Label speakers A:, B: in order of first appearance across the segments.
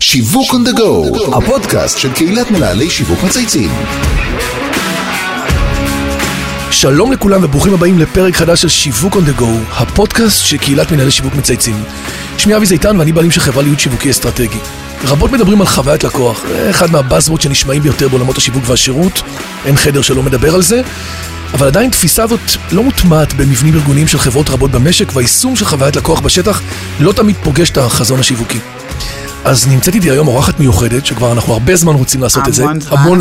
A: שיווק on the go, הפודקאסט של קהילת מנהלי שיווק מצייצים.
B: שלום לכולם וברוכים הבאים לפרק חדש של שיווק on the go, הפודקאסט של קהילת מנהלי שיווק מצייצים. שמי אבי זיתן ואני בעלים של חברה להיות שיווקי אסטרטגי. רבות מדברים על חוויית לקוח, זה אחד מהבאזוורד שנשמעים ביותר בעולמות השיווק והשירות, אין חדר שלא מדבר על זה, אבל עדיין תפיסה הזאת לא מוטמעת במבנים ארגוניים של חברות רבות במשק, והיישום של חוויית לקוח בשטח לא תמיד פוגש את החזון השיווקי. אז נמצאת איתי היום אורחת מיוחדת, שכבר אנחנו הרבה זמן רוצים לעשות את זה,
C: המון זמן.
B: המון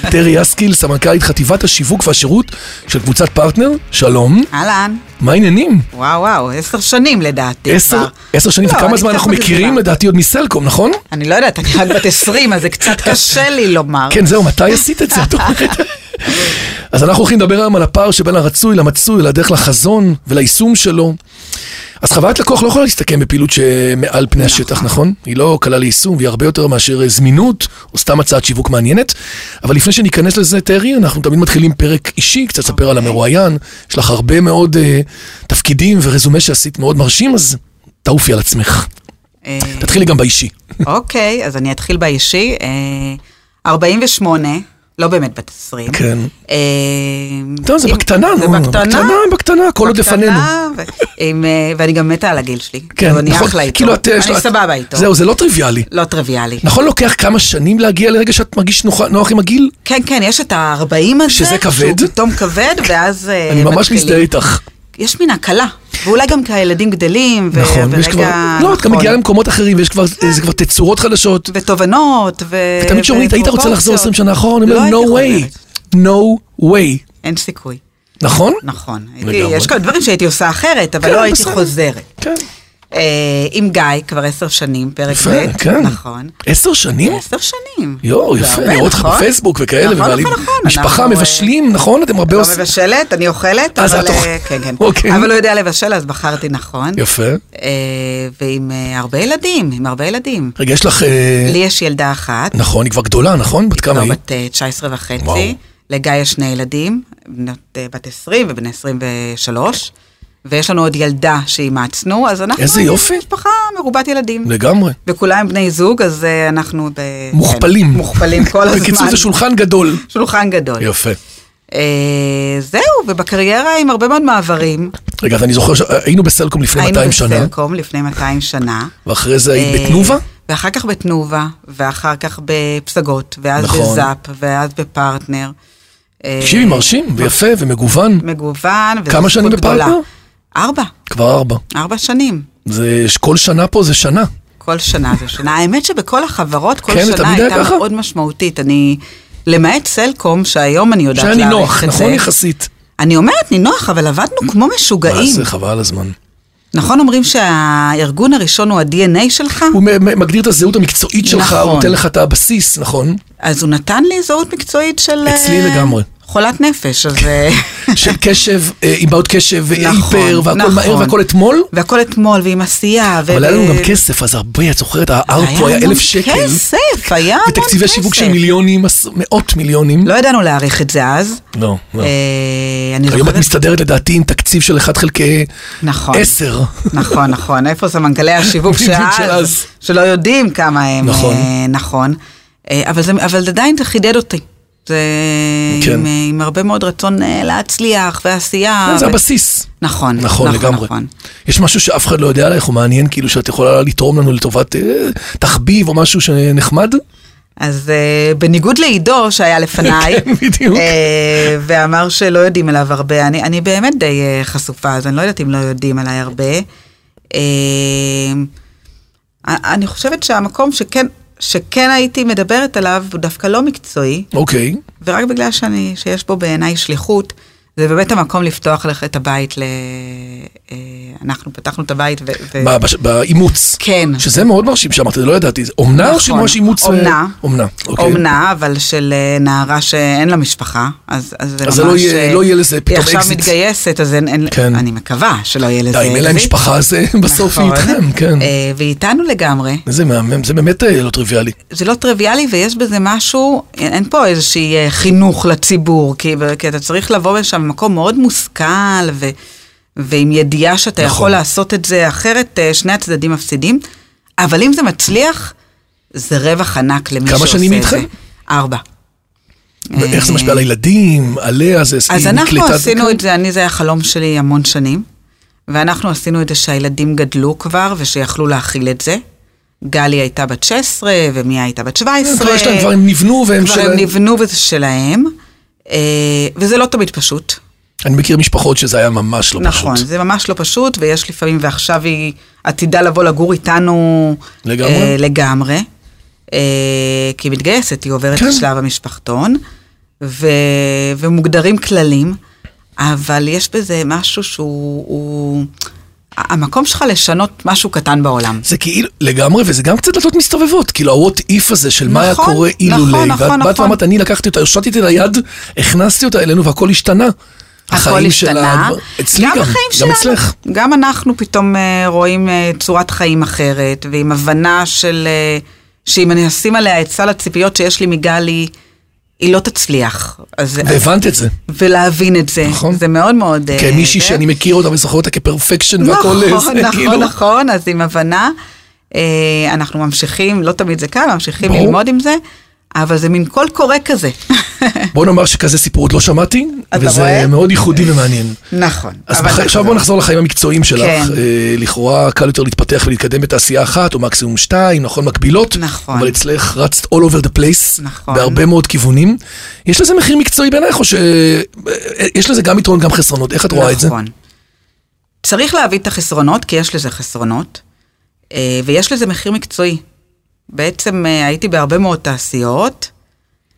B: זמן, טרי יסקיל, סמנכ"לית חטיבת השיווק והשירות של קבוצת פרטנר, שלום,
C: אהלן,
B: מה העניינים?
C: וואו וואו, עשר שנים לדעתי
B: עשר,
C: כבר.
B: עשר שנים,
C: לא,
B: וכמה
C: אני
B: זמן
C: קצת
B: אנחנו
C: מגזימה.
B: מכירים לדעתי עוד מסלקום, נכון?
C: אני לא יודעת, אני רק בת עשרים, אז זה קצת קשה לי לומר.
B: כן, זהו, מתי עשית את זה? את אומרת? אז אנחנו הולכים לדבר היום על הפער שבין הרצוי למצוי, לדרך לחזון וליישום שלו. אז חוויית לקוח לא יכולה להסתכם בפעילות שמעל פני השטח, נכון? היא לא קלה ליישום, והיא הרבה יותר מאשר אה, זמינות, או סתם הצעת שיווק מעניינת. אבל לפני שניכנס לזה, תארי, אנחנו תמיד מתחילים פרק אישי, קצת ספר
C: אוקיי.
B: על המרואיין. יש לך הרבה מאוד אה, תפקידים ורזומה שעשית מאוד מרשים, אז תעופי על עצמך.
C: אה,
B: תתחילי גם באישי.
C: אוקיי, אז אני אתחיל באישי. אה, 48, לא באמת בת עשרים.
B: כן.
C: אה,
B: טוב, זה
C: עם-
B: בקטנה,
C: זה
B: נו,
C: בקטנה.
B: בקטנה, בקטנה, הכל עוד
C: בקטנה,
B: לפנינו.
C: ו- עם, אה, ואני גם מתה על הגיל שלי.
B: כן,
C: כאילו, אני
B: נכון,
C: אחלה איתו.
B: כאילו את... יש
C: אני
B: לך-
C: סבבה איתו.
B: זהו, זה לא טריוויאלי.
C: לא טריוויאלי.
B: נכון לוקח כמה שנים להגיע לרגע שאת מרגיש נוח, נוח עם הגיל?
C: כן, כן, יש את ה-40 הזה.
B: שזה כבד.
C: שהוא פתאום כבד, ואז אה,
B: אני ממש
C: מתחילים.
B: מזדהה איתך.
C: יש מן הקלה, ואולי גם כי הילדים גדלים, ו-
B: נכון, ויש
C: ורגע...
B: כבר... לא, את גם
C: נכון.
B: מגיעה למקומות אחרים, ויש כבר זה כבר תצורות חדשות.
C: ותובנות, ו...
B: ותמיד כשאומרים, היית רוצה לחזור
C: ופרופורציות."
B: 20 שנה אחורה, אני
C: לא
B: אומר,
C: הייתי
B: no
C: חוזרת.
B: way, no way,
C: אין סיכוי,
B: נכון?
C: נכון.
B: לגמרי.
C: הייתי- יש כל דברים שהייתי עושה אחרת, אבל
B: כן,
C: לא הייתי
B: בסדר.
C: חוזרת.
B: כן,
C: אה, עם גיא, כבר עשר שנים, פרק
B: יפה,
C: ב',
B: כן.
C: נכון.
B: עשר שנים?
C: עשר שנים.
B: יואו,
C: זה
B: יפה,
C: הרבה,
B: אני רואה אותך
C: נכון?
B: בפייסבוק וכאלה,
C: נכון,
B: ומעלים
C: נכון, נכון.
B: משפחה,
C: אנחנו, אה,
B: מבשלים, נכון? אתם הרבה
C: לא
B: עושים...
C: מבשלת, אני אוכלת,
B: אז
C: אבל,
B: את אוכלת.
C: אה, כן, כן.
B: אוקיי.
C: אבל לא יודע לבשל, אז בחרתי נכון.
B: יפה.
C: אה, ועם אה, הרבה ילדים, עם הרבה ילדים.
B: רגע, יש לך... אה,
C: לי יש ילדה אחת,
B: נכון, היא כבר גדולה, נכון? בת כמה
C: לא,
B: היא?
C: בת אה, 19
B: וואו.
C: וחצי. לגיא יש שני ילדים, בנות, אה, בת 20 ובן 23, ויש לנו עוד ילדה שאימצנו, אז אנחנו...
B: איזה יופי.
C: משפחה מרובת ילדים.
B: לגמרי.
C: וכולם בני זוג, אז אה, אנחנו... ב...
B: מוכפלים.
C: כן, מוכפלים כל הזמן.
B: בקיצור, זה שולחן גדול.
C: שולחן גדול.
B: יפה.
C: אה, זהו, ובקריירה עם הרבה מאוד מעברים.
B: רגע, אז אני זוכר שהיינו בסלקום לפני 200 שנה,
C: היינו בסלקום לפני 200 שנה.
B: ואחרי זה היית
C: אה,
B: בתנובה?
C: ואחר כך בתנובה, ואחר כך בפסגות, ואז
B: נכון.
C: בזאפ, ואז בפרטנר. אה,
B: תקשיבי, מרשים, ויפה, ומגוון,
C: מגוון, וזו
B: כמה
C: זכות
B: שנים
C: גדולה.
B: בפרטנר?
C: ארבע,
B: כבר ארבע.
C: ארבע שנים.
B: זה, כל שנה פה זה שנה.
C: כל שנה זה שנה. האמת שבכל החברות, כל
B: כן, זה
C: שנה
B: תמיד היה
C: הייתה
B: ככה?
C: מאוד משמעותית. אני, למעט סלקום, שהיום אני יודעת
B: שהיה
C: להעריך את
B: נינוח,
C: זה.
B: נכון יחסית?
C: אני אומרת נינוח, אבל עבדנו כמו
B: מה
C: משוגעים.
B: זה, חבל על הזמן.
C: נכון אומרים שהארגון הראשון הוא ה-DNA שלך?
B: הוא מ- מ- מגדיר את הזהות המקצועית שלך,
C: נכון.
B: הוא נותן לך את הבסיס, נכון?
C: אז הוא נתן לי זהות מקצועית של...
B: אצלי
C: אה,
B: לגמרי.
C: חולת נפש, אז... אה,
B: של קשב, אה, עם בעיות קשב,
C: נכון,
B: והיפר, והכל
C: נכון.
B: מהר והכל אתמול.
C: והכל אתמול, ועם עשייה, ו...
B: אבל היה לנו
C: ו-
B: גם כסף, אז הרבה, את זוכרת, ה-R
C: היה
B: פה היה
C: המון
B: אלף שקל.
C: כסף, היה אה, המון כסף.
B: ותקציבי שיווק של מיליונים, עש- מאות מיליונים.
C: לא ידענו להעריך את זה אז.
B: לא, לא.
C: אה, אני
B: היום
C: זוכרת...
B: את מסתדרת לדעתי עם תקציב של 1 חלקי
C: נכון.
B: 10.
C: נכון, נכון. איפה סמנכ"לי השיווק
B: בדיוק של אז.
C: שאז, שלא יודעים כמה הם...
B: נכון.
C: אה, נכון. אה, אבל זה- אבל עדיין זה חידד אותי. זה
B: כן.
C: עם, אה, עם הרבה מאוד רצון אה, להצליח ועשייה.
B: זה
C: ו-
B: הבסיס.
C: אה, נכון,
B: נכון, לגמרי.
C: נכון.
B: יש משהו שאף אחד לא יודע עלייך, הוא מעניין כאילו שאת יכולה לתרום לנו לטובת אה, תחביב או משהו שנחמד?
C: אז אה, בניגוד לעידו שהיה לפניי,
B: כן, בדיוק.
C: אה, ואמר שלא יודעים עליו הרבה, אני, אני באמת די אה, חשופה, אז אני לא יודעת אם לא יודעים עליי הרבה. אה, אני חושבת שהמקום שכן, שכן הייתי מדברת עליו הוא דווקא לא מקצועי,
B: אוקיי.
C: ורק בגלל שאני, שיש בו בעיניי שליחות, זה באמת המקום לפתוח לך את הבית ל... אה, אנחנו פתחנו את הבית ו... ו-
B: ב- בש- באימוץ.
C: אה. כן.
B: שזה מאוד מרשים שאמרת, זה לא ידעתי. זה אומנה או
C: נכון.
B: שממש אימוץ? אה,
C: אומנה.
B: אומנה, אוקיי.
C: אומנה, אבל של אה, נערה שאין לה משפחה, אז, אז
B: אז
C: זה ממש...
B: זה לא יהיה-
C: אה,
B: לא יהיה לזה פתאום
C: היא עכשיו
B: אקזיט.
C: מתגייסת, אז אין, אין,
B: כן.
C: אני מקווה שלא יהיה לזה
B: די, אם אין להם משפחה, אז אה, בסוף היא
C: נכון.
B: איתכם, כן.
C: אה, והיא איתנו לגמרי.
B: איזה מהמם, זה באמת אה, לא טריוויאלי.
C: זה לא טריוויאלי ויש בזה משהו, אין אין פה איזשהי אה, חינוך לציבור, כי, כי אתה צריך לבוא לשם במקום מאוד מושכל ו, ועם ידיעה שאתה
B: נכון.
C: יכול לעשות את זה, אחרת אה, שני הצדדים מפסידים. אבל אם זה מצליח, זה רווח ענק למי
B: כמה
C: שעושה את זה.
B: שנים איתכם?
C: ארבע.
B: ואיך זה משפיע על הילדים, עליה, זה... כן.
C: אז
B: היא
C: אנחנו
B: נקלטה-
C: עשינו את זה, אני, זה היה חלום שלי המון שנים, ואנחנו עשינו את זה שהילדים גדלו כבר ושיכלו להכיל את זה. גלי הייתה בת 16, ומיה הייתה בת 17.
B: כן, כבר יש להם, כבר הם נבנו והם
C: כבר הם
B: שלהם.
C: נבנו וזה שלהם, אה, וזה לא תמיד פשוט.
B: אני מכיר משפחות שזה היה ממש לא פשוט.
C: נכון, זה ממש לא פשוט, ויש לפעמים, ועכשיו היא עתידה לבוא לגור איתנו
B: לגמרי?
C: אה, לגמרי אה, כי היא מתגייסת, היא עוברת
B: כן.
C: את שלב המשפחתון, ו, ומוגדרים כללים, אבל יש בזה משהו שהוא... הוא, המקום שלך לשנות משהו קטן בעולם.
B: זה כאילו, לגמרי, וזה גם קצת דלתות מסתובבות, כאילו ה-what if הזה של מה היה
C: נכון,
B: קורה אילולא, ואת
C: נכון, נכון,
B: באת
C: נכון.
B: ואמרת, אני לקחתי אותה, הרשעתי אותה ליד, הכנסתי אותה אלינו והכל השתנה.
C: הכל
B: החיים שלה,
C: השתנה.
B: אצלי גם,
C: החיים
B: גם
C: שלנו.
B: אצלך.
C: גם אנחנו פתאום אה, רואים אה, צורת חיים אחרת, ועם הבנה של... אה, שאם אני אשים עליה את סל הציפיות שיש לי מגלי, היא לא תצליח. אז,
B: והבנת את זה.
C: ולהבין את זה.
B: נכון.
C: זה מאוד מאוד... אה,
B: כמישהי
C: זה.
B: שאני מכיר אותה וזוכר אותה כפרפקשן והכל
C: נכון,
B: זה,
C: נכון,
B: כאילו.
C: נכון, אז עם הבנה. אה, אנחנו ממשיכים, לא תמיד זה קל, ממשיכים
B: ברור.
C: ללמוד עם זה, אבל זה מין קול קורא כזה.
B: בוא נאמר שכזה סיפור עוד לא שמעתי,
C: אתה
B: וזה
C: רואה?
B: מאוד ייחודי ומעניין.
C: נכון.
B: אז
C: אבל
B: בח-
C: זה
B: עכשיו
C: כזה.
B: בוא נחזור לחיים המקצועיים שלך.
C: כן.
B: אה, לכאורה קל יותר להתפתח ולהתקדם בתעשייה אחת, או מקסימום שתיים, נכון, מקבילות.
C: נכון.
B: אבל אצלך רצת all over the place,
C: נכון.
B: בהרבה מאוד כיוונים. יש לזה מחיר מקצועי בעינייך, או ש... אה, יש לזה גם יתרון, גם חסרונות. איך את רואה את זה?
C: נכון. צריך להביא את החסרונות, כי יש לזה חסרונות, אה, ויש לזה מחיר מקצועי. בעצם אה, הייתי בהרבה מאוד תעשיות,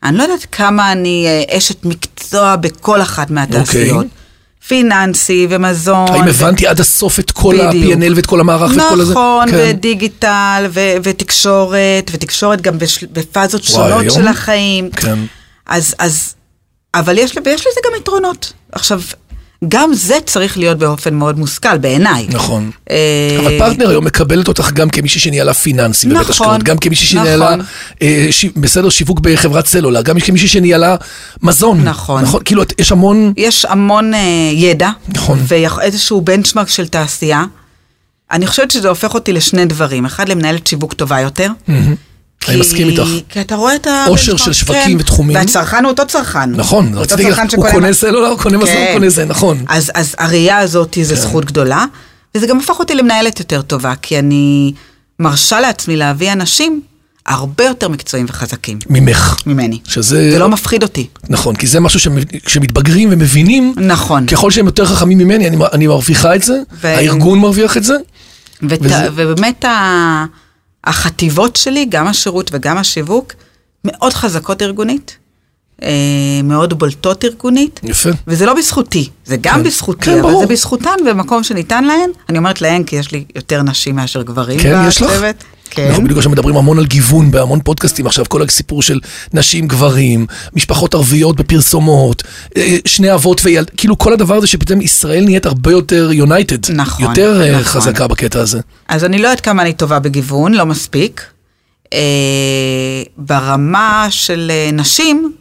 C: אני לא יודעת כמה אני אה, אשת מקצוע בכל אחת מהתעשיות. פיננסי ומזון.
B: אוקיי. האם
C: ו-
B: הבנתי עד הסוף את כל
C: נכון. בדיוק.
B: ה-P&L ואת כל המערך ואת כל הזה?
C: נכון,
B: כן.
C: ודיגיטל, ו- ותקשורת, ותקשורת גם בש- בפאזות
B: וואי,
C: שונות
B: היום?
C: של החיים.
B: כן.
C: אז, אז, אבל יש, ל- ויש לזה גם יתרונות. עכשיו, גם זה צריך להיות באופן מאוד מושכל בעיניי.
B: נכון.
C: אה,
B: אבל פרטנר היום מקבלת אותך גם כמישהי שניהלה פיננסים בבית
C: נכון,
B: השקעות, גם כמישהי שניהלה,
C: נכון.
B: אה, ש- בסדר, שיווק בחברת סלולר, גם כמישהי שניהלה מזון.
C: נכון.
B: נכון, כאילו, את- יש המון...
C: יש המון אה, ידע,
B: נכון.
C: ואיזשהו בנצ'מארק של תעשייה. אני חושבת שזה הופך אותי לשני דברים. אחד, למנהלת שיווק טובה יותר.
B: אני מסכים איתך.
C: כי אתה רואה את ה... כן.
B: עושר של שווקים ותחומים.
C: והצרכן הוא אותו צרכן.
B: נכון,
C: אותו
B: רציתי להגיד
C: צרכן
B: לך, הוא
C: שקונה-
B: קונה סלולר, הוא קונה מזון, הוא
C: כן.
B: קונה זה, נכון. כן.
C: אז, אז הראייה הזאת זה זכות גדולה, וזה גם הפך אותי למנהלת יותר טובה, כי אני מרשה לעצמי להביא אנשים הרבה יותר מקצועיים וחזקים
B: ממך.
C: ממני.
B: שזה...
C: זה לא מפחיד אותי.
B: נכון, כי זה משהו שכשמתבגרים ומבינים,
C: נכון.
B: ככל שהם יותר חכמים ממני, אני- אני מרוויחה את זה,
C: ו-
B: הארגון מרוויח את זה.
C: ות...
B: וזה-
C: ובאמת ה... החטיבות שלי, גם השירות וגם השיווק, מאוד חזקות ארגונית, אה, מאוד בולטות ארגונית.
B: יפה.
C: וזה לא בזכותי, זה גם
B: כן.
C: כן. בזכותי,
B: כן,
C: כן, אבל
B: ברור.
C: ברור. זה בזכותן במקום שניתן להן. אני אומרת להן כי יש לי יותר נשים מאשר גברים
B: כן, יש לך?
C: בצוות. כן,
B: אנחנו בדיוק עכשיו מדברים המון על גיוון בהמון פודקאסטים עכשיו, כל הסיפור של נשים, גברים, משפחות ערביות בפרסומות, אה, שני אבות וילד, כאילו כל הדבר הזה שפתאום ישראל נהיית הרבה יותר יונייטד.
C: נכון,
B: יותר אה,
C: נכון.
B: חזקה בקטע הזה.
C: אז אני לא יודעת כמה אני טובה בגיוון, לא מספיק. אה, ברמה של אה, נשים,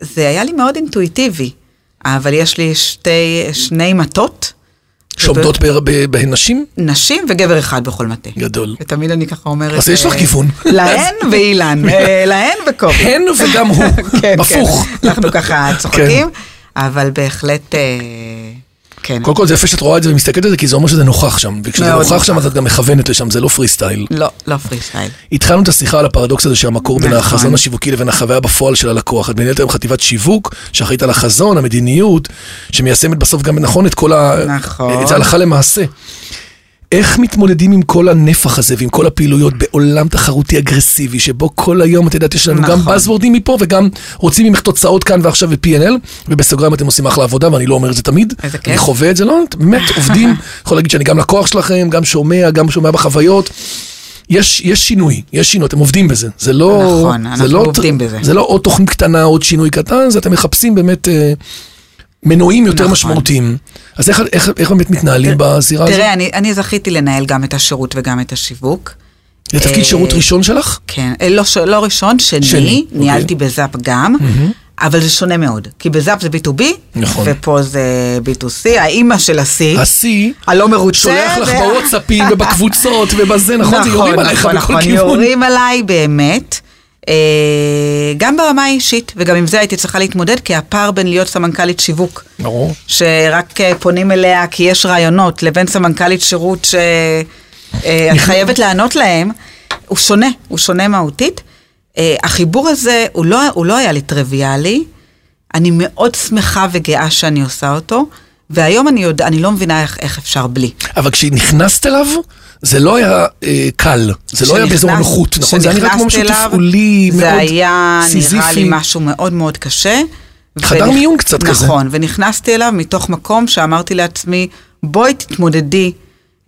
C: זה היה לי מאוד אינטואיטיבי, אבל יש לי שתי, שני מטות,
B: שעומדות ב- ב- בהן נשים?
C: נשים וגבר אחד בכל מטה.
B: גדול.
C: ותמיד אני ככה אומרת...
B: אז יש לך
C: אה,
B: גיוון.
C: להן ואילן, אה, להן וקובי.
B: הן וגם הוא,
C: כן,
B: הפוך. כן.
C: כן, אנחנו ככה צוחקים, אבל בהחלט, אה, כן.
B: קודם כל זה יפה שאת רואה את זה ומסתכלת על זה, כי זה אומר שזה נוכח שם. וכשזה
C: מאוד
B: נוכח שם
C: נוכח.
B: אז את גם מכוונת לשם, זה לא פרי סטייל.
C: לא, לא פרי סטייל.
B: התחלנו את השיחה על הפרדוקס הזה שהמקור בין
C: נכון.
B: החזון השיווקי לבין החוויה בפועל של הלקוח. את מנהלת היום חטיבת שיווק, שאחראית על החזון, המדיניות, שמיישמת בסוף גם נכון את כל ה...
C: נכון.
B: את זה הלכה למעשה. איך מתמודדים עם כל הנפח הזה ועם כל הפעילויות בעולם תחרותי אגרסיבי, שבו כל היום, את יודעת, יש לנו גם
C: נכון.
B: באזוורדים מפה וגם רוצים ממך תוצאות כאן ועכשיו ב-P&L, ובסוגריים אתם עושים אחלה עבודה, ואני לא אומר את זה תמיד.
C: איזה כיף.
B: אני חווה את זה, לא? אתם באמת עובדים, יכול להגיד שאני גם לקוח שלכם, גם שומע, גם שומע בחוויות. יש, יש שינוי, יש שינוי, אתם עובדים בזה. זה לא...
C: נכון,
B: זה
C: אנחנו
B: לא,
C: עובדים בזה.
B: זה לא עוד תוכנית קטנה, עוד שינוי קטן, זה אתם מחפשים באמת אה, מנועים יותר
C: נכון.
B: משמעותיים. אז איך, איך, איך באמת מתנהלים בזירה הזאת?
C: תראה, אני, אני זכיתי לנהל גם את השירות וגם את השיווק.
B: זה תפקיד
C: אה,
B: שירות ראשון שלך?
C: כן, אה, לא, ש- לא ראשון, שני,
B: שני,
C: שני
B: אוקיי.
C: ניהלתי בזאפ גם, אבל זה שונה מאוד, כי בזאפ זה B2B,
B: נכון.
C: ופה זה B2C, האימא של ה-C,
B: השיא,
C: הלא מרוצה,
B: שולח לך
C: אה, ו-
B: בוואטסאפים ובקבוצות ובזה, נכון? זה יורים עליך
C: נכון,
B: בכל
C: נכון,
B: כיוון.
C: יורים עליי באמת. אה, גם ברמה האישית, וגם עם זה הייתי צריכה להתמודד, כי הפער בין להיות סמנכ"לית שיווק,
B: ברור.
C: שרק אה, פונים אליה כי יש רעיונות, לבין סמנכ"לית שירות שאת חייבת לענות להם, הוא שונה, הוא שונה מהותית. אה, החיבור הזה, הוא לא, הוא לא היה לי טריוויאלי. אני מאוד שמחה וגאה שאני עושה אותו, והיום אני, יודע, אני לא מבינה איך, איך אפשר בלי.
B: אבל כשנכנסת אליו, זה לא היה אה, קל, זה לא היה
C: כשנכנס-
B: באזור הנוחות, נכון? זה היה נראה כמו משהו
C: כשנכנסתי אליו,
B: תפעולי מאוד
C: זה היה נראה לי
B: סיזיפי.
C: משהו מאוד מאוד קשה.
B: חדר
C: ונכ-
B: מיון קצת
C: נכון,
B: כזה.
C: נכון, ונכנסתי אליו מתוך מקום שאמרתי לעצמי, בואי תתמודדי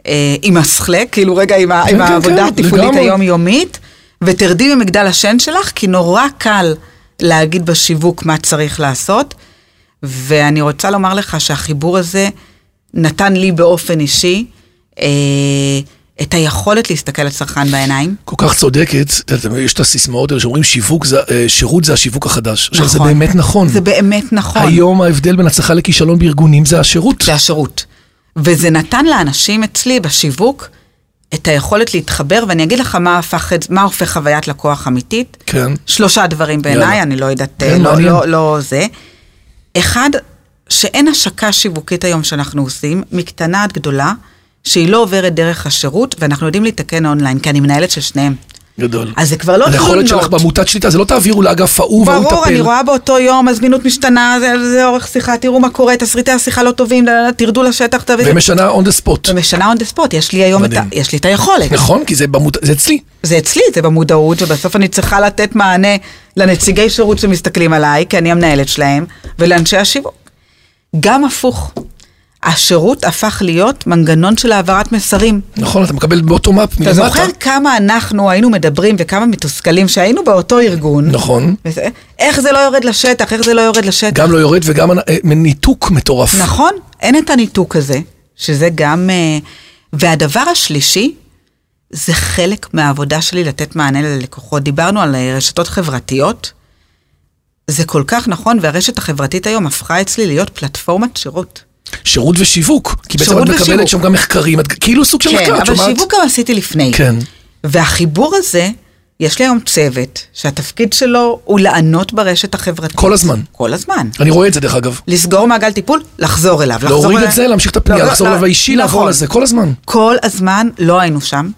C: אה, עם הסחלק, כאילו רגע עם, ה-
B: כן,
C: עם
B: כן,
C: העבודה
B: כן,
C: התפעולית
B: לגמרי.
C: היומיומית, ותרדי ממגדל השן שלך, כי נורא קל להגיד בשיווק מה צריך לעשות. ואני רוצה לומר לך שהחיבור הזה נתן לי באופן אישי אה, את היכולת להסתכל לצרכן בעיניים.
B: כל כך צודקת, את יודעת, יש את הסיסמאות האלה שאומרים שיווק זה, אה, שירות זה השיווק החדש. עכשיו זה
C: נכון.
B: באמת נכון.
C: זה באמת נכון. כן.
B: היום ההבדל בין הצלחה לכישלון בארגונים זה השירות.
C: זה השירות. וזה נתן לאנשים אצלי בשיווק את היכולת להתחבר, ואני אגיד לך מה, הפך, את- מה הופך חוויית לקוח אמיתית.
B: כן.
C: שלושה דברים
B: יאללה.
C: בעיניי, אני לא יודעת, אה,
B: כן,
C: לא,
B: מעניין.
C: לא, לא זה. אחד, שאין השקה שיווקית היום שאנחנו עושים, מקטנה עד גדולה, שהיא לא עוברת דרך השירות, ואנחנו יודעים להתקן אונליין, כי אני מנהלת של שניהם.
B: גדול.
C: אז זה כבר לא תלונות.
B: היכולת שלך בעמותת שליטה, זה לא תעבירו לאגף ההוא והוא יטפל.
C: ברור, אני רואה באותו יום, הזמינות משתנה, זה, זה אורך שיחה, תראו מה קורה, תסריטי השיחה לא טובים, לא, לא, לא, תרדו לשטח, תביא...
B: ומשנה on the spot.
C: ומשנה on the spot, יש לי היום את ה...
B: מדהים.
C: יש לי את היכולת.
B: נכון, כי זה במות- זה אצלי.
C: זה אצלי, זה במודעות, ובסוף אני צריכה לתת מענה לנציגי שירות שמסתכלים עליי, כי אני המנהלת שלהם, ולאנשי השיווק. גם הפוך, השירות הפך להיות מנגנון של העברת מסרים.
B: נכון, אתה מקבל באוטומאפ מלמטה.
C: אתה זוכר כמה אנחנו היינו מדברים וכמה מתוסכלים שהיינו באותו ארגון?
B: נכון.
C: וזה- איך זה לא יורד לשטח, איך זה לא יורד לשטח.
B: גם לא יורד וגם אה, ניתוק מטורף.
C: נכון, אין את הניתוק הזה, שזה גם... אה, והדבר השלישי, זה חלק מהעבודה שלי לתת מענה ללקוחות. דיברנו על אה, רשתות חברתיות, זה כל כך נכון, והרשת החברתית היום הפכה אצלי להיות פלטפורמת שירות.
B: שירות ושיווק. כי בעצם את
C: שירות
B: מקבלת
C: ושיווק.
B: שם גם מחקרים, את כאילו סוג של
C: כן,
B: מחקר, את
C: אבל
B: שומעת?
C: שיווק גם עשיתי לפני.
B: כן.
C: והחיבור הזה, יש לי היום צוות שהתפקיד שלו הוא לענות ברשת החברתית.
B: כל הזמן.
C: כל הזמן.
B: אני רואה את זה דרך אגב.
C: לסגור מעגל טיפול, לחזור אליו. לחזור
B: להוריד
C: אליו.
B: את זה, להמשיך את הפנייה,
C: לא,
B: לחזור
C: לא,
B: אליו האישי, לעבור
C: נכון.
B: לזה, כל הזמן.
C: כל הזמן לא היינו שם.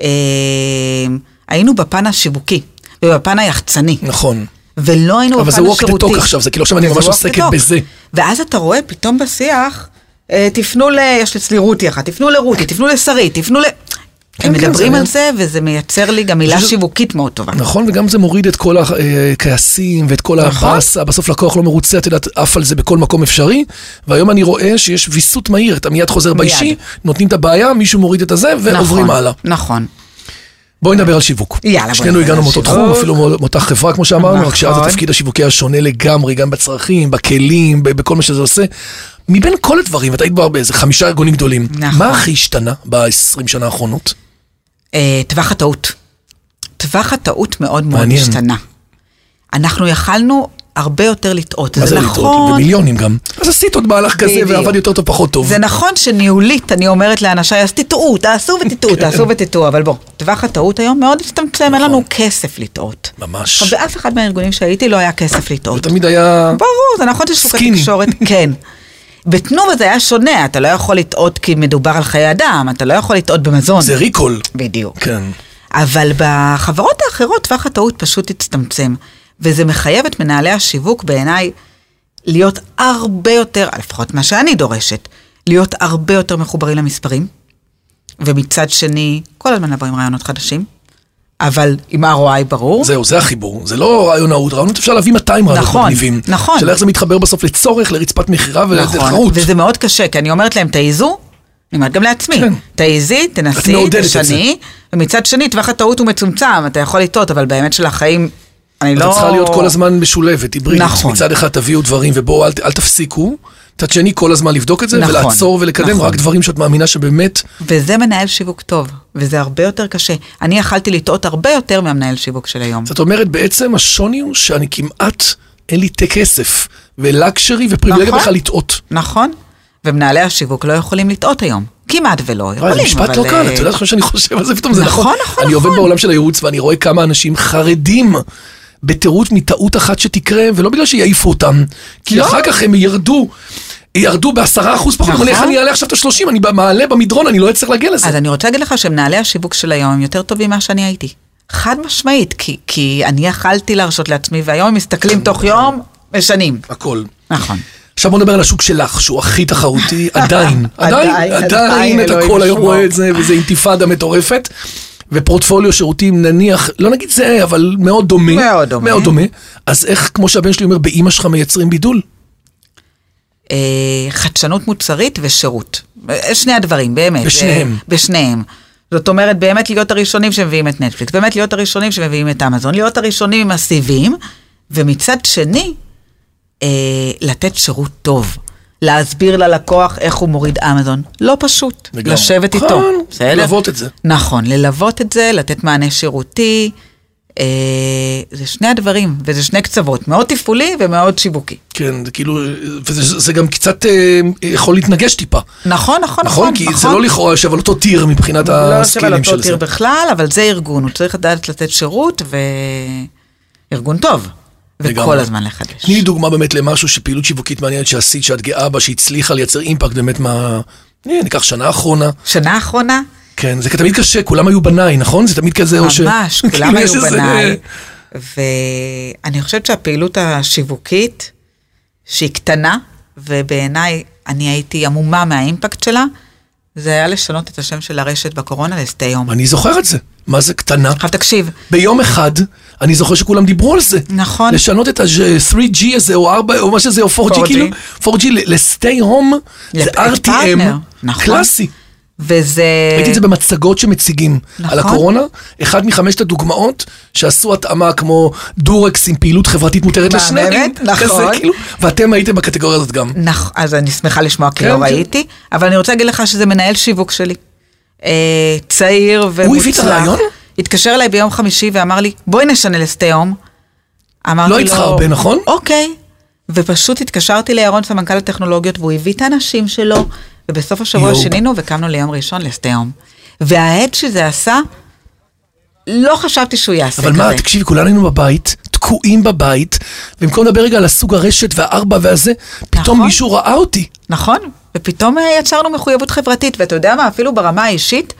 C: אה, היינו בפן השיווקי ובפן היחצני,
B: נכון.
C: ולא היינו
B: אבל
C: בפן
B: זה
C: השירותי.
B: walk the talk עכשיו, זה כאילו עכשיו אני
C: וזה
B: ממש
C: walk the
B: עוסקת
C: talk.
B: בזה.
C: ואז אתה רואה פתאום בשיח, אה, תפנו ל... יש אצלי רותי אחת, תפנו לרותי, תפנו לשרית, תפנו ל...
B: כן,
C: הם
B: כן,
C: מדברים
B: זה-
C: על זה, וזה מייצר לי גם מילה
B: שזה-
C: שיווקית מאוד טובה.
B: נכון, וגם זה מוריד את כל הכעסים ואת כל
C: נכון.
B: הבאסה, בסוף לקוח לא מרוצה, את יודעת, עף על זה בכל מקום אפשרי, והיום אני רואה שיש ויסות מהיר, אתה מיד חוזר
C: מיד.
B: באישי, נותנים את הבעיה, מישהו מוריד את הזה, ועוברים
C: נכון,
B: הלאה.
C: נכון.
B: בואי נדבר על שיווק.
C: יאללה, בואי
B: שנינו
C: נדבר
B: הגענו
C: על
B: מאותו
C: שיווק.
B: תחום, אפילו מאותה חברה, כמו שאמרנו, רק שאז
C: נכון.
B: התפקיד השיווקי היה שונה לגמרי, גם בצרכים, בכלים, ב- בכל מה שזה עושה. מבין כל הדברים, את היית כבר באיזה חמישה ארגונים גדולים,
C: נכון.
B: מה הכי השתנה ב-20 שנה האחרונות?
C: אה, טווח הטעות. טווח הטעות מאוד מאוד
B: מעניין.
C: השתנה. אנחנו יכלנו הרבה יותר לטעות.
B: מה זה
C: נכון,
B: לטעות? במיליונים גם. אז עשית עוד מהלך כזה
C: בדיוק.
B: ועבד יותר טוב, פחות טוב.
C: זה נכון שניהולית, אני אומרת לאנשיי, אז תטעו, תעשו
B: כן.
C: ותטעו, תעשו ותטעו, אבל בוא, טווח הטעות היום מאוד הצטמצם, אין
B: נכון.
C: לנו כסף לטעות.
B: ממש.
C: עכשיו, באף אחד מהארגונים שהייתי לא היה כסף לטעות.
B: זה תמיד היה...
C: ברור, זה נכון ששוק
B: סקיני.
C: התקשורת, כן. בתנובה זה היה שונה, אתה לא יכול לטעות כי מדובר על חיי אדם, אתה לא יכול לטעות במזון.
B: זה ריקול.
C: בדיוק.
B: כן.
C: אבל בחברות האחרות טווח הטעות פשוט הצטמצם, וזה מחייב את מנהלי השיווק בעיניי להיות הרבה יותר, לפחות מה שאני דורשת, להיות הרבה יותר מחוברים למספרים, ומצד שני, כל הזמן לבוא עם רעיונות חדשים, אבל עם ROI ברור.
B: זהו, זה החיבור. זה לא רעיון נעוד, רעיונות אפשר להביא 200 רעיונות
C: נכון,
B: מגניבים.
C: נכון.
B: שאלה איך זה מתחבר בסוף לצורך, לרצפת מכירה
C: נכון,
B: ולתחרות.
C: וזה מאוד קשה, כי אני אומרת להם, תעיזו, אני אומרת גם לעצמי,
B: כן.
C: תעיזי,
B: את
C: תנסי,
B: מעודדת את
C: תשני, ומצד שני, טווח הטעות הוא מצומצם, אתה יכול לטעות, אבל באמת של החיים, אני
B: אז
C: לא...
B: את צריכה להיות כל הזמן משולבת, היברידית.
C: נכון.
B: מצד אחד תביאו דברים ובואו אל, אל תפסיקו. מצד שני כל הזמן לבדוק את זה
C: נכון,
B: ולעצור ולקדם
C: נכון.
B: רק דברים שאת מאמינה שבאמת...
C: וזה מנהל שיווק טוב, וזה הרבה יותר קשה. אני יכלתי לטעות הרבה יותר מהמנהל שיווק של היום.
B: זאת אומרת בעצם השוני הוא שאני כמעט אין לי תה כסף, ולקשרי ופריבילגיה
C: נכון.
B: בכלל לטעות.
C: נכון. ומנהלי השיווק לא יכולים לטעות היום. כמעט ולא,
B: וואי,
C: יכולים,
B: זה משפט לא
C: אה,
B: קל, את יודעת מה שאני חושב על זה פתאום, זה
C: נכון,
B: נכון.
C: נכון,
B: אני עובד
C: נכון.
B: בעולם של הייעוץ ואני רואה כמה אנשים חרדים בטירוף מטעות אחת שתקרה, ולא בגלל שיעיפו אותם, כי
C: לא.
B: אחר כך הם ירדו, ירדו בעשרה אחוז פחות, אבל
C: נכון.
B: איך אני אעלה עכשיו את השלושים, אני מעלה במדרון, אני לא אצטרך להגיע לזה.
C: אז אני רוצה להגיד לך שמנהלי השיווק של היום הם יותר טובים ממה שאני הייתי. חד משמעית, כי, כי אני יכלתי להרשות לעצמי, והיום הם
B: כן.
C: מסתכלים תוך יום, משנים.
B: הכל.
C: נכון.
B: עכשיו בוא נדבר על השוק שלך, שהוא הכי תחרותי, עדיין, עדיין,
C: עדיין,
B: עדיין
C: עדיין, לא
B: את
C: אלוהים
B: הכל היום
C: ישמור.
B: רואה את זה, וזה אינתיפאדה מטורפת, ופורטפוליו שירותים נניח, לא נגיד זהה, אבל מאוד דומה.
C: מאוד דומה.
B: מאוד דומה. אז איך, כמו שהבן שלי אומר, באימא שלך מייצרים בידול?
C: אה, חדשנות מוצרית ושירות. אה, שני הדברים, באמת.
B: בשניהם.
C: אה, בשניהם. זאת אומרת, באמת להיות הראשונים שמביאים את נטפליקס, באמת להיות הראשונים שמביאים את אמזון, להיות הראשונים עם הסיבים, ומצד שני, אה, לתת שירות טוב. להסביר ללקוח איך הוא מוריד אמזון. לא פשוט.
B: לגמרי.
C: לשבת
B: נכון,
C: איתו.
B: ללוות את זה.
C: נכון, ללוות את זה, לתת מענה שירותי. אה, זה שני הדברים, וזה שני קצוות, מאוד תפעולי ומאוד שיווקי.
B: כן, זה כאילו, וזה זה גם קצת אה, יכול להתנגש טיפה.
C: נכון, נכון, נכון.
B: נכון? כי זה לא לכאורה יושב על אותו טיר מבחינת
C: לא יושב על
B: הסקילים
C: אותו
B: של זה.
C: טיר בכלל, אבל זה ארגון, הוא צריך לדעת לתת שירות ו... ארגון טוב. וכל
B: לגמרי.
C: הזמן לחדש.
B: תני לי דוגמה באמת למשהו שפעילות שיווקית מעניינת שעשית, שאת גאה בה, שהצליחה לייצר אימפקט באמת מה... הנה, ניקח שנה אחרונה.
C: שנה האחרונה,
B: כן, זה תמיד קשה, כולם היו בניי, נכון? זה תמיד כזה, או ש...
C: ממש, כולם
B: כאילו,
C: היו
B: יש איזה-
C: בניי. ואני חושבת שהפעילות השיווקית, שהיא קטנה, ובעיניי אני הייתי עמומה מהאימפקט שלה, זה היה לשנות את השם של הרשת בקורונה לסטי הום.
B: אני זוכר את זה. מה זה קטנה?
C: עכשיו תקשיב,
B: ביום אחד, אני זוכר שכולם דיברו על זה.
C: נכון.
B: לשנות את ה-3G הזה, או 4, או מה שזה, או 4G,
C: 4G.
B: כאילו, 4G ל-stay home, זה
C: לפ-
B: RTM,
C: פרטנר, נכון.
B: קלאסי.
C: וזה...
B: ראיתי את זה במצגות שמציגים
C: אה, נכון.
B: על הקורונה, אחד מחמשת הדוגמאות שעשו התאמה כמו דורקס עם פעילות חברתית מותרת
C: מה,
B: לשניים,
C: באמת? נכון.
B: כזה, כאילו, ואתם הייתם בקטגוריה הזאת גם.
C: נכון, אז אני שמחה לשמוע כי
B: כן,
C: לא
B: כן.
C: ראיתי, אבל אני רוצה להגיד לך שזה מנהל שיווק שלי. אה, צעיר ומוצלח.
B: הביא את הרעיון?
C: התקשר אליי ביום חמישי ואמר לי, בואי נשנה לסטי הום. אמרתי
B: לא
C: לו...
B: איתך הרבה, נכון?
C: אוקיי. ופשוט התקשרתי לירון, סמנכ"ל הטכנולוגיות, והוא הביא את האנשים שלו, ובסוף השבוע
B: יואו.
C: שינינו וקמנו ליום ראשון לסטי הום. וההד שזה עשה, לא חשבתי שהוא יעשה
B: אבל
C: כזה.
B: מה, תקשיבי, כולנו היינו בבית, תקועים בבית, במקום לדבר רגע על הסוג הרשת והארבע והזה, פתאום
C: נכון.
B: מישהו ראה אותי.
C: נכון, ופתאום אה, יצרנו מחויבות חברתית, ואתה יודע מה, אפילו ברמה האישית,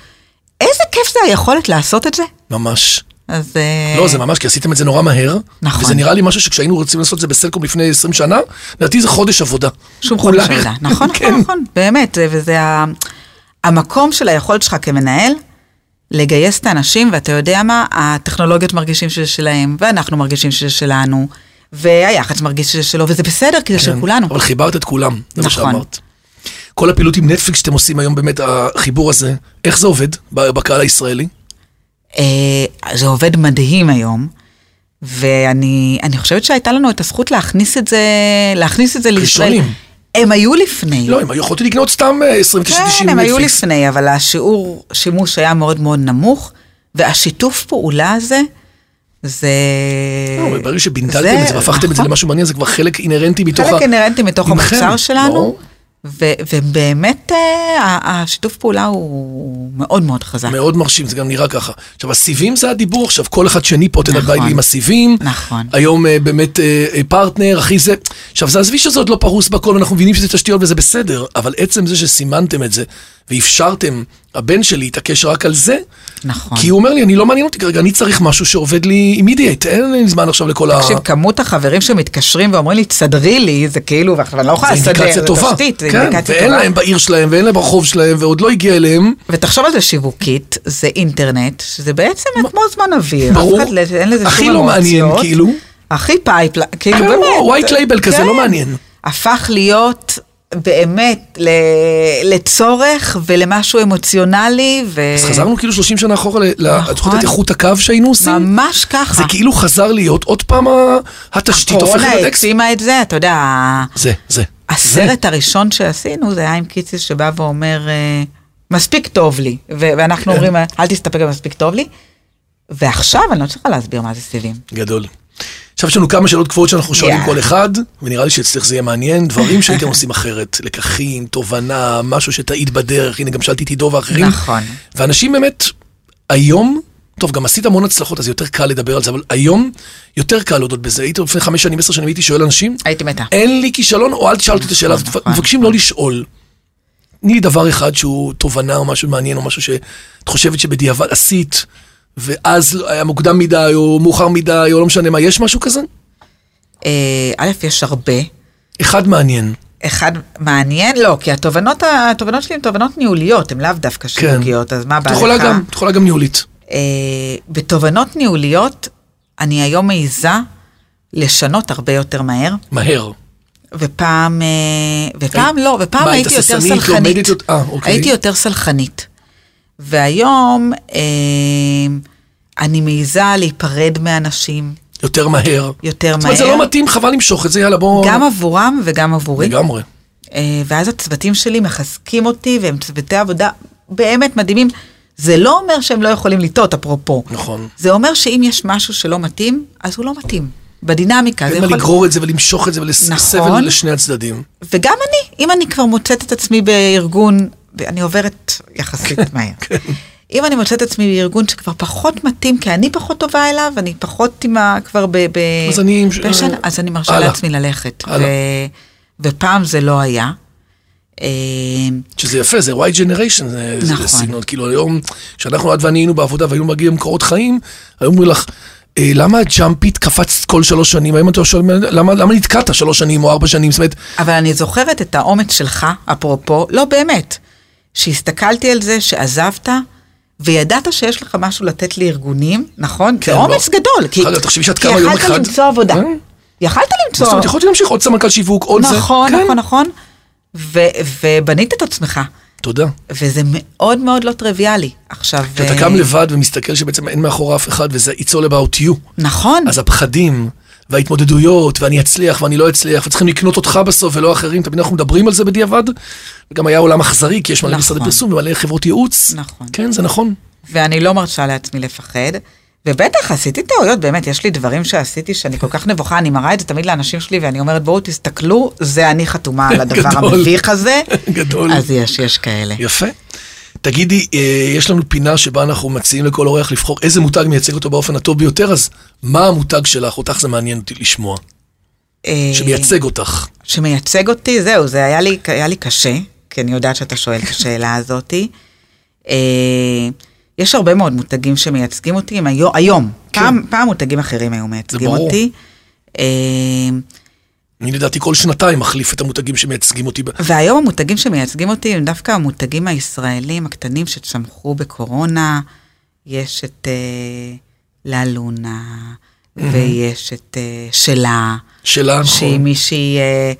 C: איזה כיף זה היכולת לעשות את זה.
B: ממש.
C: אז... אה,
B: לא, זה ממש, כי עשיתם את זה נורא מהר.
C: נכון.
B: וזה נראה לי משהו שכשהיינו רוצים לעשות את זה בסלקום לפני 20 שנה, לדעתי זה חודש עבודה.
C: שום חודש
B: אולי.
C: עבודה. נכון,
B: כן.
C: נכון, נכון, באמת, זה- וזה ה- המקום של היכולת שלך כמנהל. לגייס את האנשים, ואתה יודע מה, הטכנולוגיות מרגישים שזה שלהם, ואנחנו מרגישים שזה שלנו, והיח"צ מרגיש שזה שלו, וזה בסדר, כי זה של
B: כן.
C: כולנו.
B: אבל חיברת את כולם, זה מה
C: נכון.
B: שאמרת. כל הפעילות עם נטפליקס שאתם עושים היום, באמת, החיבור הזה, איך זה עובד ב- בקהל הישראלי?
C: אה, זה עובד מדהים היום, ואני אני חושבת שהייתה לנו את הזכות להכניס את זה, להכניס את זה לישראל.
B: ראשונים.
C: הם היו לפני.
B: לא, הם היו יכולים לקנות סתם אה, 29
C: כן, הם היו לפני, אבל השיעור שימוש היה מאוד מאוד נמוך, והשיתוף פעולה הזה, זה...
B: לא, ברגע שבינדלתם את זה והפכתם את זה
C: נכון.
B: למשהו מעניין, זה כבר חלק אינהרנטי מתוך ה...
C: חלק אינהרנטי מתוך
B: מכם,
C: המוצר שלנו,
B: ברור.
C: ו- ובאמת אה, ה- השיתוף פעולה הוא מאוד מאוד חזק.
B: מאוד מרשים, זה גם נראה ככה. עכשיו, הסיבים זה הדיבור עכשיו, כל אחד שני פה תל אביב
C: נכון.
B: עם הסיבים.
C: נכון.
B: היום אה, באמת אה, אה, פרטנר, אחי זה. עכשיו, זה עזבי שזה עוד לא פרוס בכל, אנחנו מבינים שזה תשתיות וזה בסדר, אבל עצם זה שסימנתם את זה ואפשרתם, הבן שלי התעקש רק על זה,
C: נכון.
B: כי הוא אומר לי, אני לא מעניין אותי כרגע, אני צריך משהו שעובד לי אימידיאט, אין לי זמן עכשיו לכל ה...
C: תקשיב, כמות החברים שמתקשרים ואומרים לי, תסדרי לי, זה כאילו, ועכשיו אני לא יכולה
B: זה
C: לסדר,
B: אינדיקציה טובה.
C: תשתית, זה
B: כן,
C: אינדיקציה
B: ואין
C: טובה.
B: להם בעיר שלהם, ואין להם ברחוב שלהם, ועוד לא הגיע אליהם.
C: ותחשוב על זה שיווקית, זה אינטרנט, שזה בעצם כמו זמן אוויר.
B: ברור.
C: אף אחד לא- אין לזה שום
B: הכי לא מעניין,
C: אמוציות.
B: כאילו.
C: הכי פייפל, כאילו,
B: כן,
C: באמת.
B: הוא white label כזה,
C: כן.
B: לא מעניין.
C: הפך להיות באמת ל- לצורך ולמשהו אמוציונלי, ו...
B: אז חזרנו כאילו 30 שנה אחורה, ל- ל- את זוכרת את
C: אה. נכון.
B: איכות הקו שהיינו עושים?
C: ממש ככה.
B: זה כאילו חזר להיות עוד פעם ה- התשתית
C: קורונה
B: הופכת לדקס.
C: העצימה את זה, אתה יודע, ה-
B: זה, זה.
C: הסרט הראשון שעשינו זה היה עם קיציס שבא ואומר, אה, מספיק טוב לי, ו-
B: כן.
C: ואנחנו אומרים, אל תסתפק במספיק טוב לי, ועכשיו אני לא צריכה להסביר מה זה סיבים.
B: זה. גדול. עכשיו יש לנו כמה שאלות קבועות שאנחנו שואלים
C: יאללה.
B: כל אחד, ונראה לי שאצלך זה יהיה מעניין, דברים שהייתם עושים אחרת, לקחים, תובנה, משהו שטעית בדרך, הנה גם שאלתי את עידו ואחרים.
C: נכון.
B: ואנשים באמת, היום, טוב, גם עשית המון הצלחות, אז יותר קל לדבר על זה, אבל היום יותר קל להודות בזה. הייתי לפני חמש שנים, עשר שנים, הייתי שואל אנשים,
C: הייתי מתה.
B: אין לי כישלון, או אל תשאל אותי את השאלה הזאת,
C: נכון,
B: מבקשים לא לשאול. תני לי דבר אחד שהוא תובנה או משהו מעניין, או משהו שאת חושבת שבדיעבד עשית, ואז היה מוקדם מדי, או מאוחר מדי, או לא משנה מה, יש משהו כזה?
C: אה, א', יש הרבה.
B: אחד מעניין.
C: אחד מעניין, לא, כי התובנות, ה- התובנות שלי הן תובנות ניהוליות, הן לאו דווקא שיווקיות, אז מה
B: כן. את
C: בא לך?
B: יכולה גם, את יכולה גם ניהולית.
C: אה, בתובנות ניהוליות, אני היום מעיזה לשנות הרבה יותר מהר,
B: מהר.
C: ופעם, אה, ופעם לא, ופעם
B: מה, היית
C: הייתי יותר
B: הססנית,
C: סלחנית.
B: עומדת יותר- אה, אוקיי.
C: הייתי יותר סלחנית. והיום אה, אני מעיזה להיפרד מאנשים
B: יותר מהר.
C: יותר
B: זאת
C: מהר,
B: אומרת, זה לא מתאים, חבל למשוך את זה, יאללה, בואו...
C: גם עבורם וגם עבורי.
B: לגמרי.
C: אה, ואז הצוותים שלי מחזקים אותי, והם צוותי עבודה באמת מדהימים. זה לא אומר שהם לא יכולים לטעות, אפרופו.
B: נכון.
C: זה אומר שאם יש משהו שלא מתאים, אז הוא לא מתאים. בדינמיקה. זה
B: אין מה
C: יכול-
B: לגרור את זה ולמשוך את זה ולסבל
C: נכון.
B: לשני הצדדים.
C: וגם אני, אם אני כבר מוצאת את עצמי בארגון, ואני עוברת
B: כן,
C: יחסית מהר. אם אני מוצאת את עצמי בארגון שכבר פחות מתאים, כי אני פחות טובה אליו, אני פחות עם ה... כבר ב... ב
B: אז אני-
C: פשן, אז אני מרשה
B: הלאה.
C: לעצמי ללכת. ו,
B: הלאה.
C: ופעם זה לא היה. אה,
B: שזה יפה, זה y generation, זה, נכון.
C: נכון.
B: זה סגנון. כאילו היום, כשאנחנו את ואני היינו בעבודה והיינו מגיעים למקורות חיים, היו אומרים לך, אה, למה הג'אמפית קפצת כל שלוש שנים? היום אתה שואל, למה, למה נתקעת שלוש שנים או ארבע שנים? זאת אומרת,
C: אבל אני זוכרת את האומץ שלך, אפרופו, לא באמת, שהסתכלתי על זה שעזבת, וידעת שיש לך משהו לתת לארגונים, נכון?
B: כן,
C: זה
B: לא.
C: אומץ גדול, כי,
B: יכולת, תחשבי שאת
C: כי
B: קמה יום אחד-
C: יכלת למצוא עבודה.
B: אה?
C: יכלת למצוא...
B: זאת אומרת, יכולתי להמשיך עוד סמנכ"ל שיווק, עוד זה.
C: נכון,
B: כן.
C: נכון, נכון. ו- ובנית את עצמך,
B: תודה.
C: וזה מאוד מאוד לא טריוויאלי. עכשיו...
B: כשאתה
C: אה,
B: קם לבד ומסתכל שבעצם אין מאחור אף אחד, וזה it's all about you.
C: נכון,
B: אז הפחדים, וההתמודדויות, ואני אצליח ואני לא אצליח, וצריכים לקנות אותך בסוף ולא אחרים, תמיד אנחנו מדברים על זה בדיעבד. וגם היה עולם אכזרי, כי יש מלא
C: נכון.
B: משרדי פרסום ומלא חברות ייעוץ.
C: נכון.
B: כן, זה נכון.
C: ואני לא מרשה לעצמי לפחד. ובטח, עשיתי טעויות, באמת, יש לי דברים שעשיתי שאני כל כך נבוכה, אני מראה את זה תמיד לאנשים שלי, ואני אומרת, בואו תסתכלו, זה אני חתומה על הדבר
B: גדול.
C: המביך הזה.
B: גדול.
C: אז יש, יש כאלה.
B: יפה. תגידי, אה, יש לנו פינה שבה אנחנו מציעים לכל אורח לבחור איזה מותג מייצג אותו באופן הטוב ביותר, אז מה המותג שלך? אותך זה מעניין אותי לשמוע.
C: אה,
B: שמייצג אותך.
C: שמייצג אותי, זהו, זה היה לי, היה לי קשה, כי אני יודעת שאתה שואל את השאלה הזאתי. אה, יש הרבה מאוד מותגים שמייצגים אותי, הם היום, היום.
B: כן.
C: פעם, פעם מותגים אחרים היו מייצגים
B: ברור.
C: אותי. אה,
B: אני לדעתי כל שנתיים מחליף את המותגים שמייצגים אותי. ב-
C: והיום המותגים שמייצגים אותי הם דווקא המותגים הישראלים הקטנים שצמחו בקורונה. יש את אה, לה לונה, ויש את אה, שלה.
B: שלה,
C: שהיא
B: נכון.
C: מישהי, אה,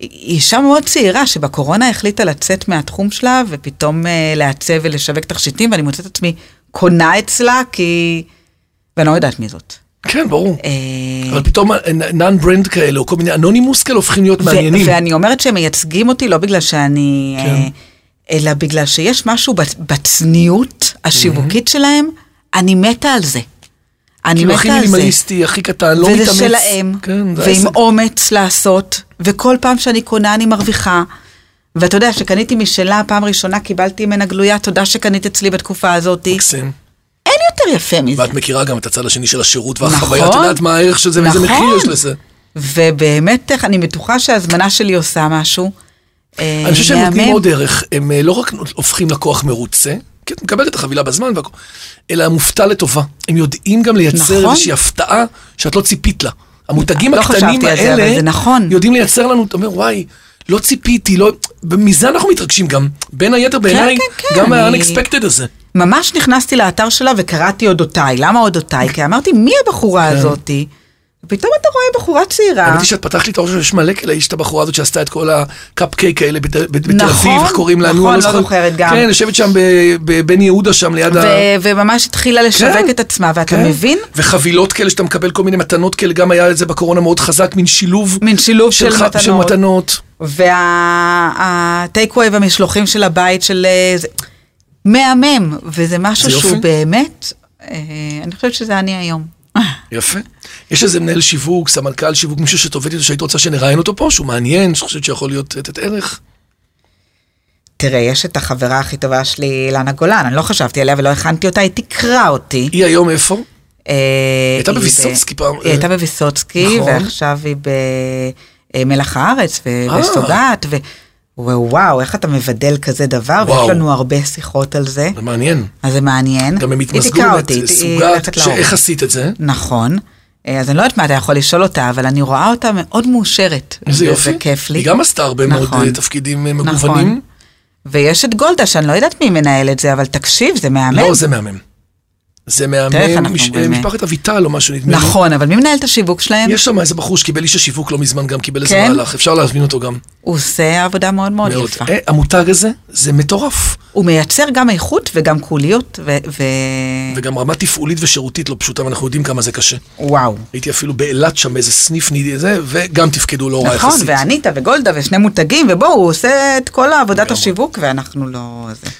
C: היא היא אישה מאוד צעירה שבקורונה החליטה לצאת מהתחום שלה ופתאום אה, לעצב ולשווק תכשיטים, ואני מוצאת את עצמי קונה אצלה כי... ואני לא יודעת מי זאת.
B: כן, ברור.
C: אה,
B: אבל פתאום נאן ברנד כאלה, או כל מיני אנונימוס כאלה הופכים להיות מעניינים.
C: ו- ואני אומרת שהם מייצגים אותי לא בגלל שאני...
B: כן.
C: אה, אלא בגלל שיש משהו בצ- בצניעות השיווקית שלהם, אני מתה על זה. אני
B: כאילו
C: מתה
B: הכי
C: על זה.
B: מינימליסטי, הכי קטן, לא מתאמץ.
C: וזה שלהם,
B: כן, זה
C: ועם
B: העסק.
C: אומץ לעשות, וכל פעם שאני קונה אני מרוויחה. ואתה יודע, כשקניתי משלה, פעם ראשונה קיבלתי ממנה גלויה, תודה שקנית אצלי בתקופה הזאת.
B: מקסים.
C: אין יותר יפה מזה.
B: ואת מכירה גם את הצד השני של השירות והחוויה,
C: נכון.
B: את יודעת מה הערך של זה ואיזה
C: נכון.
B: מחיר יש לזה.
C: ובאמת, איך- אני בטוחה שההזמנה שלי עושה משהו. אה,
B: אני חושב שהם נותנים
C: מהמם.
B: עוד ערך, הם אה, לא רק הופכים לקוח מרוצה, כי את מקבלת את החבילה בזמן, והכל, אלא מופתע לטובה. הם יודעים גם לייצר
C: נכון.
B: איזושהי הפתעה שאת לא ציפית לה. המותגים
C: לא
B: הקטנים
C: חשבתי על זה, אבל
B: האלה,
C: זה נכון.
B: יודעים לייצר לנו, אתה אומר, וואי, לא ציפיתי, לא... מזה אנחנו מתרגשים גם, בין היתר בעיניי,
C: כן, כן,
B: גם
C: אני- אה.
B: מה-unexpected הזה.
C: ממש נכנסתי לאתר שלה וקראתי אודותיי. למה אודותיי? כי אמרתי, מי הבחורה
B: כן.
C: הזאתי? ופתאום אתה רואה בחורה צעירה.
B: האמת היא שאת פתחת לי את הראש שיש מלא כאלה, יש את הבחורה הזאת שעשתה את כל הקפקייק האלה בת- בת- בתל
C: נכון,
B: אביב, איך קוראים לה? נו, אני
C: נכון, לא זוכרת גם.
B: כן, יושבת שם ב- בבן יהודה שם ליד ה...
C: ו- וממש התחילה לשווק
B: כן.
C: את עצמה, ואתה
B: כן.
C: מבין?
B: וחבילות כאלה שאתה מקבל כל מיני מתנות כאלה, גם היה את זה בקורונה מאוד חזק, מין שילוב
C: מין שילוב של
B: ח- של
C: מתנות.
B: מתנות.
C: והטייקווי והמשלוחים של הבית של... אה, זה- מהמם, וזה משהו
B: זה יופי.
C: שהוא באמת, אה, אני חושבת שזה אני היום.
B: יפה. יש איזה מנהל שיווק, סמנכ"ל שיווק, מישהו שאת איתו, שהיית רוצה שנראיין אותו פה, שהוא מעניין, שאת חושבת שיכול להיות לתת ערך?
C: תראה, יש את החברה הכי טובה שלי, אילנה גולן, אני לא חשבתי עליה ולא הכנתי אותה, היא תקרא אותי. אה,
B: היא היום איפה?
C: היא
B: הייתה בוויסוצקי פעם. אה,
C: היא הייתה בוויסוצקי,
B: נכון.
C: ועכשיו היא במלח הארץ
B: אה.
C: ובסוגת, ווואו, איך אתה מבדל כזה דבר,
B: וואו.
C: ויש לנו הרבה שיחות על זה,
B: זה מעניין.
C: אז זה מעניין.
B: גם הם
C: היא
B: התמזגו
C: תקרא
B: באמת,
C: אותי, היא- היא
B: סוגת,
C: הולכת לאור.
B: שאיך עשית את זה?
C: נכון. אה, אז אני לא יודעת מה אתה יכול לשאול אותה, אבל אני רואה אותה מאוד מאושרת.
B: איזה יופי.
C: וזה כיף לי.
B: היא גם עשתה הרבה מאוד
C: נכון.
B: אה, תפקידים אה,
C: נכון.
B: מגוונים.
C: ויש את גולדה, שאני לא יודעת מי מנהל את זה, אבל תקשיב, זה מהמם.
B: לא, זה מהמם. זה
C: נכון. תכף
B: מהמם,
C: אנחנו
B: מש- אה,
C: באמת.
B: משפחת אביטל או משהו נדמה לי.
C: נכון, אבל מי מנהל את השיווק שלהם?
B: יש שם איזה בחור שקיבל איש השיווק לא מזמן גם, קיבל איזה
C: כן?
B: מהלך, אפשר להזמין אותו גם.
C: הוא עושה עבודה מאוד מאוד
B: מאוד.
C: יפה.
B: אה, המותג הזה, זה מטורף.
C: הוא מייצר גם איכות וגם קוליות, ו... ו... אה.
B: וגם רמה תפעולית ושירותית לא פשוטה, ואנחנו יודעים כמה זה קשה.
C: וואו.
B: הייתי אפילו באילת שם איזה סניף נידי זה, וגם תפקדו לא רע יחסית.
C: נכון, ואניטה וגולדה ושני מותגים, ובואו, הוא עושה את כל עבודת השיווק, ואנחנו לא... זה.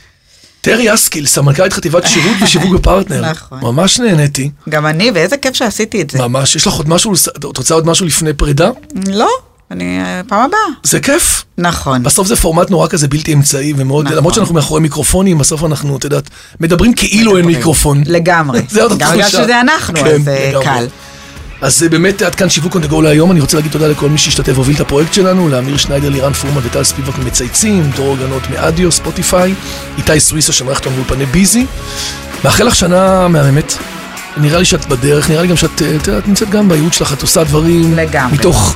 B: טרי אסקיל, סמנכ"לית חטיבת שירות ושיווק בפרטנר.
C: נכון.
B: ממש נהניתי,
C: גם אני, ואיזה כיף שעשיתי את זה.
B: ממש. יש לך עוד משהו, לס- את רוצה עוד משהו לפני פרידה?
C: לא, אני... אה, פעם הבאה.
B: זה כיף.
C: נכון.
B: בסוף זה פורמט נורא כזה בלתי אמצעי, ומאוד,
C: נכון.
B: למרות שאנחנו מאחורי מיקרופונים, בסוף אנחנו, את יודעת, מדברים כאילו אין
C: מדברים.
B: מיקרופון.
C: לגמרי.
B: זה עוד
C: גם בגלל
B: התחושה.
C: שזה אנחנו,
B: כן,
C: אז אה,
B: לגמרי.
C: קל.
B: אז זה באמת עד כאן שיווק on the go להיום, אני רוצה להגיד תודה לכל מי שהשתתף והוביל את הפרויקט שלנו, לאמיר שניידר, לירן פורמן וטל ספיבק מצייצים, דרור גנות מאדיו, ספוטיפיי, איתי סוויסה שמערכת לנו באולפני ביזי. מאחל לך שנה מהממת. נראה לי שאת בדרך, נראה לי גם שאת אה, את יודעת, נמצאת גם בייעוד שלך, את עושה דברים
C: לגמרי.
B: מתוך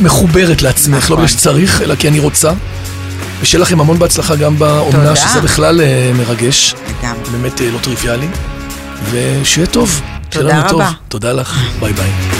B: מחוברת לעצמך, לא
C: נכון.
B: בגלל שצריך, אלא כי אני רוצה. ושיהיה לכם המון בהצלחה גם באומנה,
C: תודה.
B: שזה בכלל אה, מרגש,
C: לגמרי.
B: באמת אה, לא טריוויאלי. ושיהיה טוב, שיהיה
C: תודה
B: לנו טוב.
C: רבה.
B: תודה לך, ביי ביי.